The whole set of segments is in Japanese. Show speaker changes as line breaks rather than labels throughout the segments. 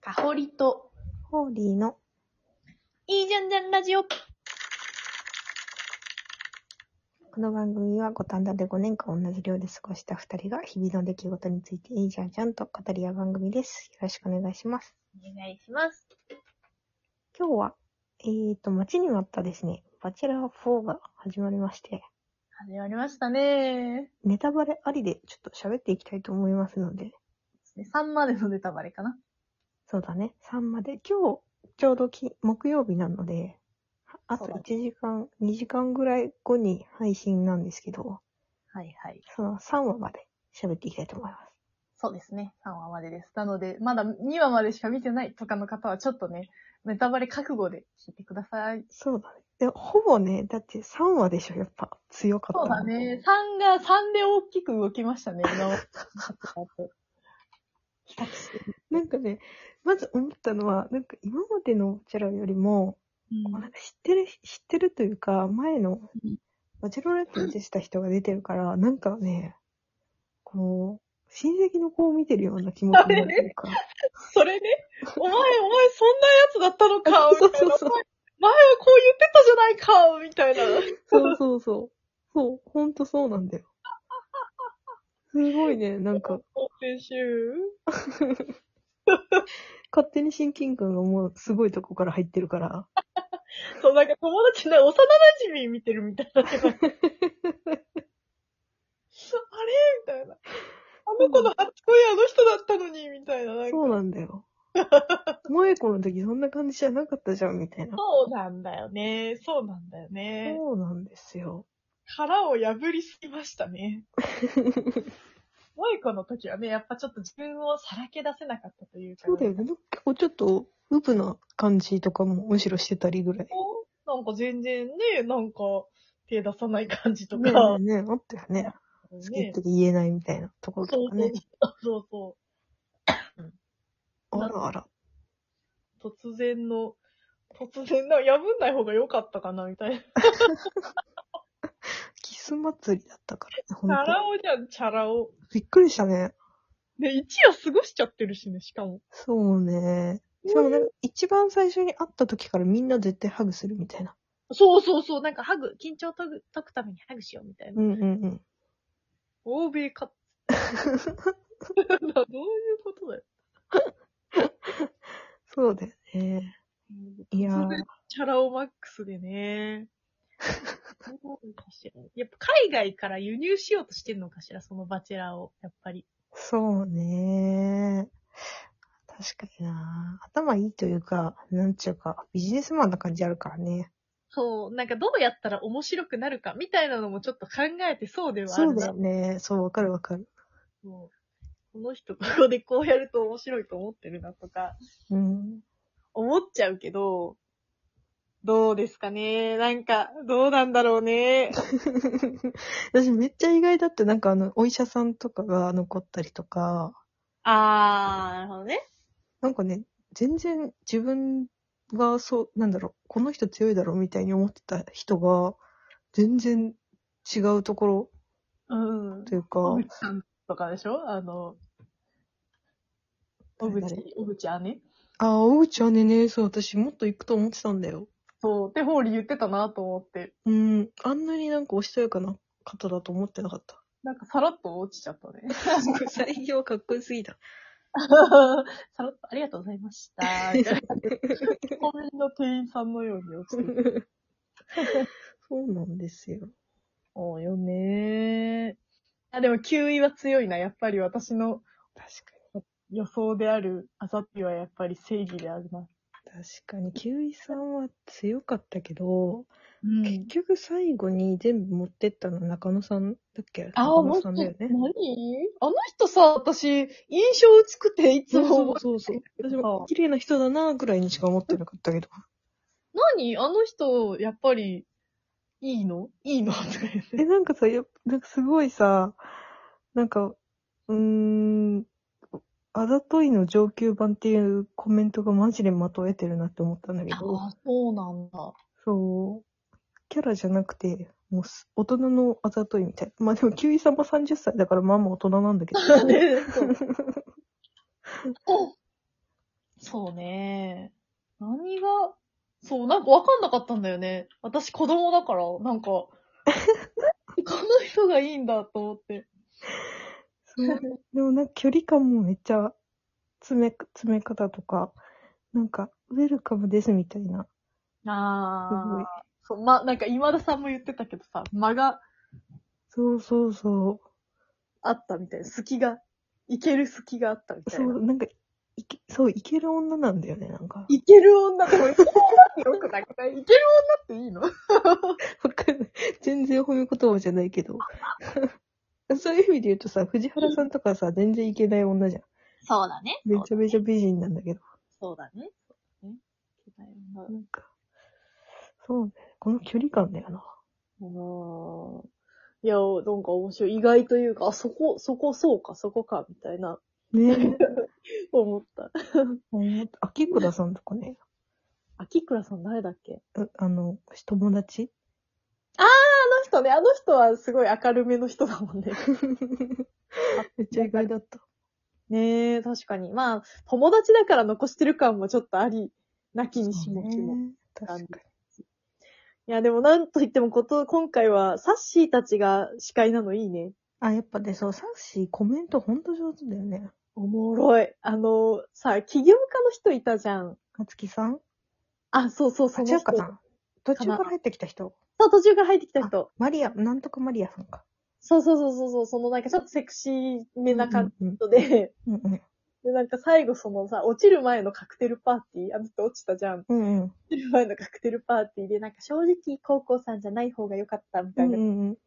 かほりと、
ホーリーの、
いいじゃんじゃんラジオ
この番組は五反田で5年間同じ寮で過ごした2人が日々の出来事についていいじゃんじゃんと語り合う番組です。よろしくお願いします。
お願いします。
今日は、えーと、待ちに待ったですね、バチェラー4が始まりまして、
始まりましたね。
ネタバレありでちょっと喋っていきたいと思いますので、
3までのネタバレかな。
そうだね、3まで、今日、ちょうどき木曜日なので、あと
そうだ
1
ね
時間、2時間ぐらい後に配信なんですけど、
はいはい。
その3話まで喋っていきたいと思います。
そうですね。3話までです。なので、まだ2話までしか見てないとかの方は、ちょっとね、ネタバレ覚悟で聞いてください。
そうだね。で、ほぼね、だって3話でしょ、やっぱ強か
そう
ったの。
だね。3が、3で大きく動きましたね。今までと比較して。
なんかね、まず思ったのは、なんか今までのバチェラーよりも、
うん
なんか知ってる、知ってるというか、前の
うん
バチェロレットに出てた人が出てるから、なんかね、こう、親戚の子を見てるような気持ちになるという か、
それね、お前、お前、そんなやつだったのか、みた
そ
いうな。
そうそう
前はこう言ってたじゃないか、みたいな。
そうそうそう。そう、ほんとそうなんだよ。すごいね、なんか、
先週。
勝手に親近感がもうすごいとこから入ってるから。
そう、なんか友達の幼馴染見てる みたいな。あれみたいな。あの子の初恋あの人だったのに、みたいな。なんか
そうなん だよ。萌子の時そんな感じじゃなかったじゃん、みたいな。
そうなんだよね。そうなんだよね。
そうなんですよ。
殻を破りすぎましたね。萌子の時はね、やっぱちょっと自分をさらけ出せなかったというか、
そうだよね。結構ちょっと、ウブな感じとかもむしろしてたりぐらい。
なんか全然ね、なんか手出さない感じと
ね
か。
ねあったよね。好きっ
ね
て言えないみたいなところ
そ
と
う
かね。
そうそう。
あ
そう
らあら。
突然の、突然な、破んない方が良かったかな、みたいな。チ
キス祭りだったからね、ほ
ャ
んと。
ラ男じゃん、チャラ男。
びっくりしたね。
で、一夜過ごしちゃってるしね、しかも。
そうね。しかもなんか、一番最初に会った時からみんな絶対ハグするみたいな。
そうそうそう、なんかハグ、緊張を解く解くためにハグしよう、みたいうな。
んうんうん。
欧米か。 どういうことだよ。
そうだよね。いや
突
ー。
然チャラ男マックスでね。そうかしらやっぱ海外から輸入しようとしてんのかしら、そのバチェラーを。やっぱり。
そうね。確かにな。頭いいというか、なんちゅうか、ビジネスマンな感じあるからね。
そう、なんかどうやったら面白くなるか、みたいなのもちょっと考えてそうではあ
そ
る
う
な
だよね。そう、わかるわかる。
もう、この人ここでこうやると面白いと思ってるなとか、
うん。
思っちゃうけど、どうですかねなんか、どうなんだろうね。
私めっちゃ意外だって、なんかあの、お医者さんとかが残ったりとか、
あー、なるほどね。
なんかね、全然自分がそう、なんだろう、この人強いだろうみたいに思ってた人が、全然違うところ
うん。
というか、
小口さんとかでしょあの、小
誰々
口、小口姉
あ、おうちはねね、そう、私もっと行くと思ってたんだよ。
そう、ってホーリー言ってたなと思って。
うん、あんなになんかおしとやかな方だと思ってなか った。
なんかさらっと落ちちゃったね。
最近はかっこよす ぎた。
さらっと、ありが とうございました。みたいなコンビニの店員さんのように落ちてる
そうなんですよ。
そうよねあ、でも9位は強いな。やっぱり私の
確
予想であるあさぴはやっぱり正義であります。
かに。確かに、キウイさんは強かったけど、
う
結。局最後に全部持ってったの中野さんだっけ
あ、も
中野
う何
さんだよね。
あの人さ、私、印象薄くていつ
そう
も覚
そ
え
うそうそう。
てる
私も綺麗な人だなぐらいにしか思ってなかったけど。
何あの人、やっぱり、いいのいいのとか言って。
え、なんかさ、やっぱなんかすごいさ、なんか、うーん、あざといの上級版っていうコメントがマジでまとえてるなって思ったんだけど、
あ、そうなんだ。
そう、キャラじゃなくて、もうす大人のあざといみたいな。まあでも、キウイさんも30歳 だからまあまあ大人なんだけど。
ねそう そうね。何が、そう、なんかわかんなかったんだよね。私子供だから、なん か、この人がいいんだと思 って。
そう。でもなんか距離感もめっちゃ、詰め、詰め方とか、なんか、ウェルカムですみたいな。
あ
すごい。
そう、ま、なんか今田さんも言ってたけどさ、間が
そうそうそ
あったみたいな、隙が、いける隙があったみ
う。
たい
そ
な。
う、なんか、いけ、そう、いける女なんだよね、なんか。
いける女って、これ、いける 女ってよくなくないいける女っていいの
わかんない。全然褒め言葉じゃないけど。 そういう意味で言うとさ、藤原さんとかさ、全然いけない女じゃん。
そうだね。
めちゃめちゃ美人なんだけど。
そうだね。そうだね。いけない女
なんか、そうね。この距離感だよな。
あのーいや、なんか面白い。意外というか、あ、そこ、そこそうか、そこか、みたいな、
ね
思った。
思った秋倉さんとかね、
秋倉さん誰だっけ
うあの、友達
あの人ね、あの人はすごい明るめの人だもんね。
めっちゃ意外だった。
ねえ、確かに。まあ、友達だから残してる感もちょっとあり、なきにしもきも。い
ね確かに。
や、でもなんといってもこと、今回は、サッシーたちが司会なのいいね。
あ、やっぱね、そう、サッシーコメントほんと上手だよね。
おもろい。あの、さ、起業家の人いたじゃん。
あつきさん
あ、そうそう、そ
あ、
の
ち
人。
うかさん。途中から入ってきた人。
そう、途中から入ってきた人。
マリア、なんとかマリアさんか。
そうそうそうそうそう、そのなんかちょっとセクシーめな感
うん
じで、
うんうん
で、なんか最後そのさ、落ちる前のカクテルパーティー、あの人落ちたじゃん。
うんうんうん
落ちる前のカクテルパーティーで、なんか正直、高校さんじゃない方が良かったみ
う
たい
ん
な。
うんうん。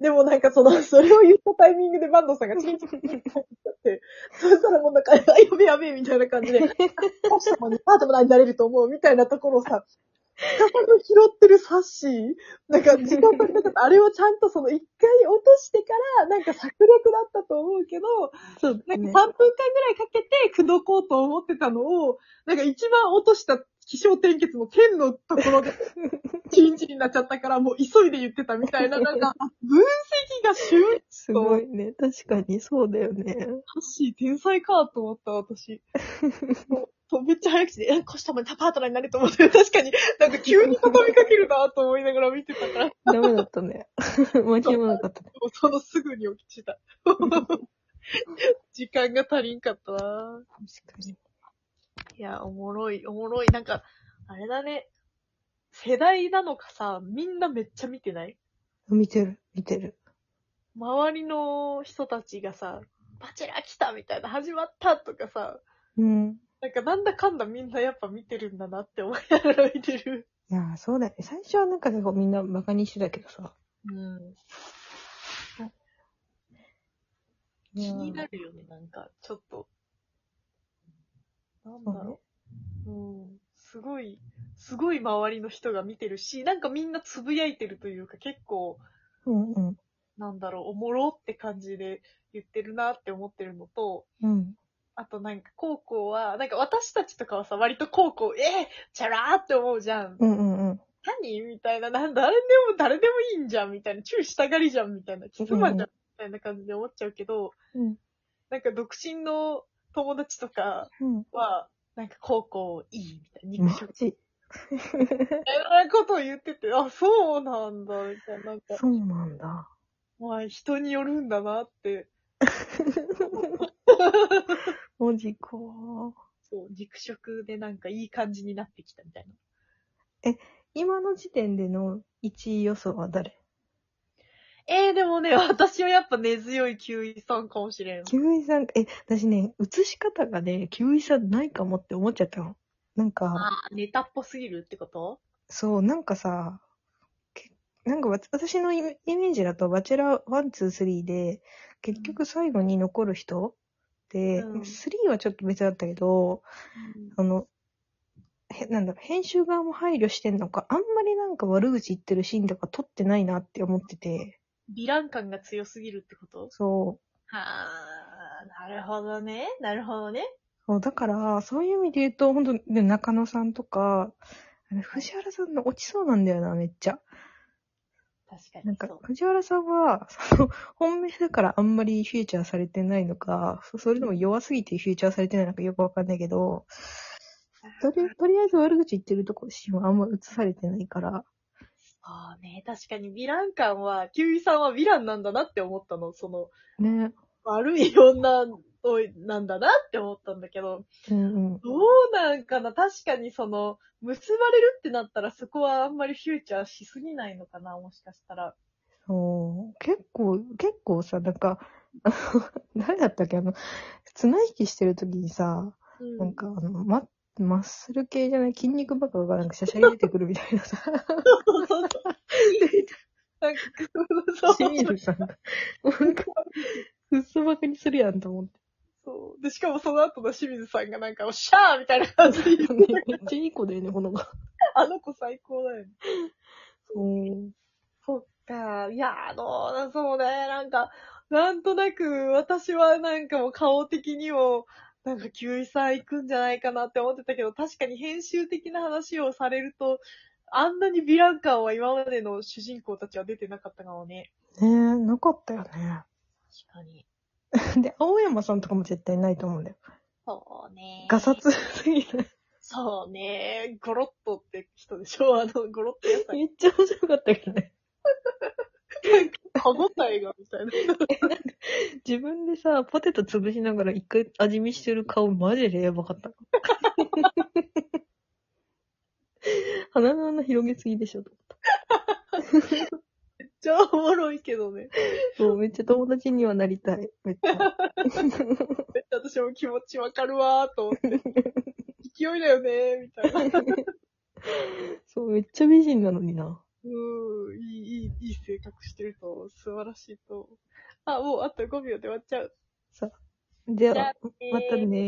でもなんかその、 それを言ったタイミングでバンドさんがチンチンチンチンってなっちゃって、そしたらもうなんか、あやべやべみたいな感 じで、確かもうパートナーになれると思うみたいなところをさ、かさの拾ってるサッシー、なんか時間かかった。あれをちゃんとその一回落としてから、なんか策略だったと思うけど、
そう
なんか3分
だ
間
ね。
ぐらいかけて口説こうと思ってたのを、なんか一番落とした気象転結の剣のところが、チンチンになっちゃったから、もう急いで言ってたみたいな、なんか、あ分析が終了
すごいね。確かに、そうだよ ね。
しい、天才かと思った、私。もうそうめっちゃ早口で、え、こしたもパートナーになれと思って、確かに、なんか急に畳みかけるなと思いながら見てたから、
ダメだった ね。間に合わなかったね。
もうそのすぐに起きてた。 時間が足りんかったな
確かに。
いや、おもろい、おもろい。なんか、あれだね。世代なのかさ、みんなめっちゃ見てない
見てる、見てる。
周りの人たちがさ、バチェラー来たみたいな、始まったとかさ、
うん。
なんかなんだかんだみんなやっぱ見てるんだなって思いながら見てる。
いやー、そうだよね。最初はなんか結構みんな馬鹿にしてたけどさ。
うん。気になるよね、なんか、ちょっと。なんだろう。うん。すごい、すごい周りの人が見てるし、なんかみんなつぶやいてるというか、結構、
うんうん。
なんだろう、おもろって感じで言ってるなって思ってるのと、
うん。
あとなんか、高校は、なんか私たちとかはさ、割と高校、えー、チャラーって思うじゃん。
うんうんうん。
何みたいな、なん誰でも、誰でもいいんじゃんみたいな、チューしたがりじゃんみたいな、キスマンじゃんみたいな感じで思っちゃうけど、
うん。
なんか独身の友達とか
うん。
は、なんか高校いいみたいな、
マ
肉食み
ジ。
たいなことを言ってて、あ、そうなんだ、みたいな、なんか、
そうなんだ。
まあ人によるんだなって、
マジか。
そう、肉食でなんかいい感じになってきたみたいな。
今の時点での1位予想は誰
えー、でもね、 私はやっぱ根強いキウイさんかもしれん。
キウイさん、え、私ね、映し方がね、キウイさんないかもって思っちゃったの。なんか、
あ、ネタっぽすぎるってこと
そう、なんかさ、けなんかわ私のイメイメージだと、バチェラー1、2、3で、結局最後に残る人って、
うん
3はちょっと別だったけど、あの、へなんだろう、編集側も配慮してんのか、あんまりなんか悪口言ってるシーンとか撮ってないなって思ってて、
ヴィラン感が強すぎるってこと
そう、
はあ、なるほどね。なるほどね。
そう、だから、そういう意味で言うと、本当で中野さんとか、あの藤原さんの落ちそうなんだよな、めっちゃ。
確かに。
なんか
そう、
藤原さんは、その、本命だからあんまりフィーチャーされてないのか、そそれでも弱すぎてフィーチャーされてないのかよくわかんないけど、とりとりあえず悪口言ってるとこしはあんま映されてないから、
ああね、確かにヴィラン感は、キウイさんはヴィランなんだなって思ったの。その、
ね。
悪い女なんだなって思ったんだけど、
うんうん。
どうなんかな確かにその、結ばれるってなったらそこはあんまりフューチャーしすぎないのかなもしかしたら。
そう結構、結構さ、なんか、 あの誰だったっけあの、綱引きしてる時にさ、
うん
なんか、あの、ま、マッスル系じゃない筋肉バカがなんかシャシャリ出てくるみたいなさ、
そうそうそう。なんか、そう
シミルさんが、なんか、 うっそバカにするやんと思って。
そう。で、しかもその後の清水さんがなんか、おっしゃーみたいな感じで言う
めっちゃいい子だよね、この子。
あの子最高だよね。
うん。
そっか。いやー、どうだ、そうね。なんか、なんとなく、私はなんかもう顔的にも、なんか、キウイさん行くんじゃないかなって思ってたけど、確かに編集的な話をされると、あんなにヴィラン感は今までの主人公たちは出てなかったかもね。
ねえ、なかったよね。
確かに。
で、青山さんとかも絶対ないと思うんだよ。
そうね。
ガサツすぎて。
そうね。ゴロッとって人でしょあ の、ゴロッとやさ
めっちゃ面白かったけどね。
歯応えが、みたいな。
自分でさ、ポテト潰しながら一回味見してる顔マジでやばかった。鼻の穴広げすぎでしょと思っ
めっちゃおもろいけどね。
た。そう、めっちゃ友達にはなりたい。めっちゃ。
めっちゃ私も気持ちわかるわーと思って。 勢いだよねー、みたいな。
そう、めっちゃ美人なのにな。
うーん、いい、いい、いい性格してると、素晴らしいと。あ、もうあと5秒で終わっちゃう。
じゃ
じゃあ
あ、またね。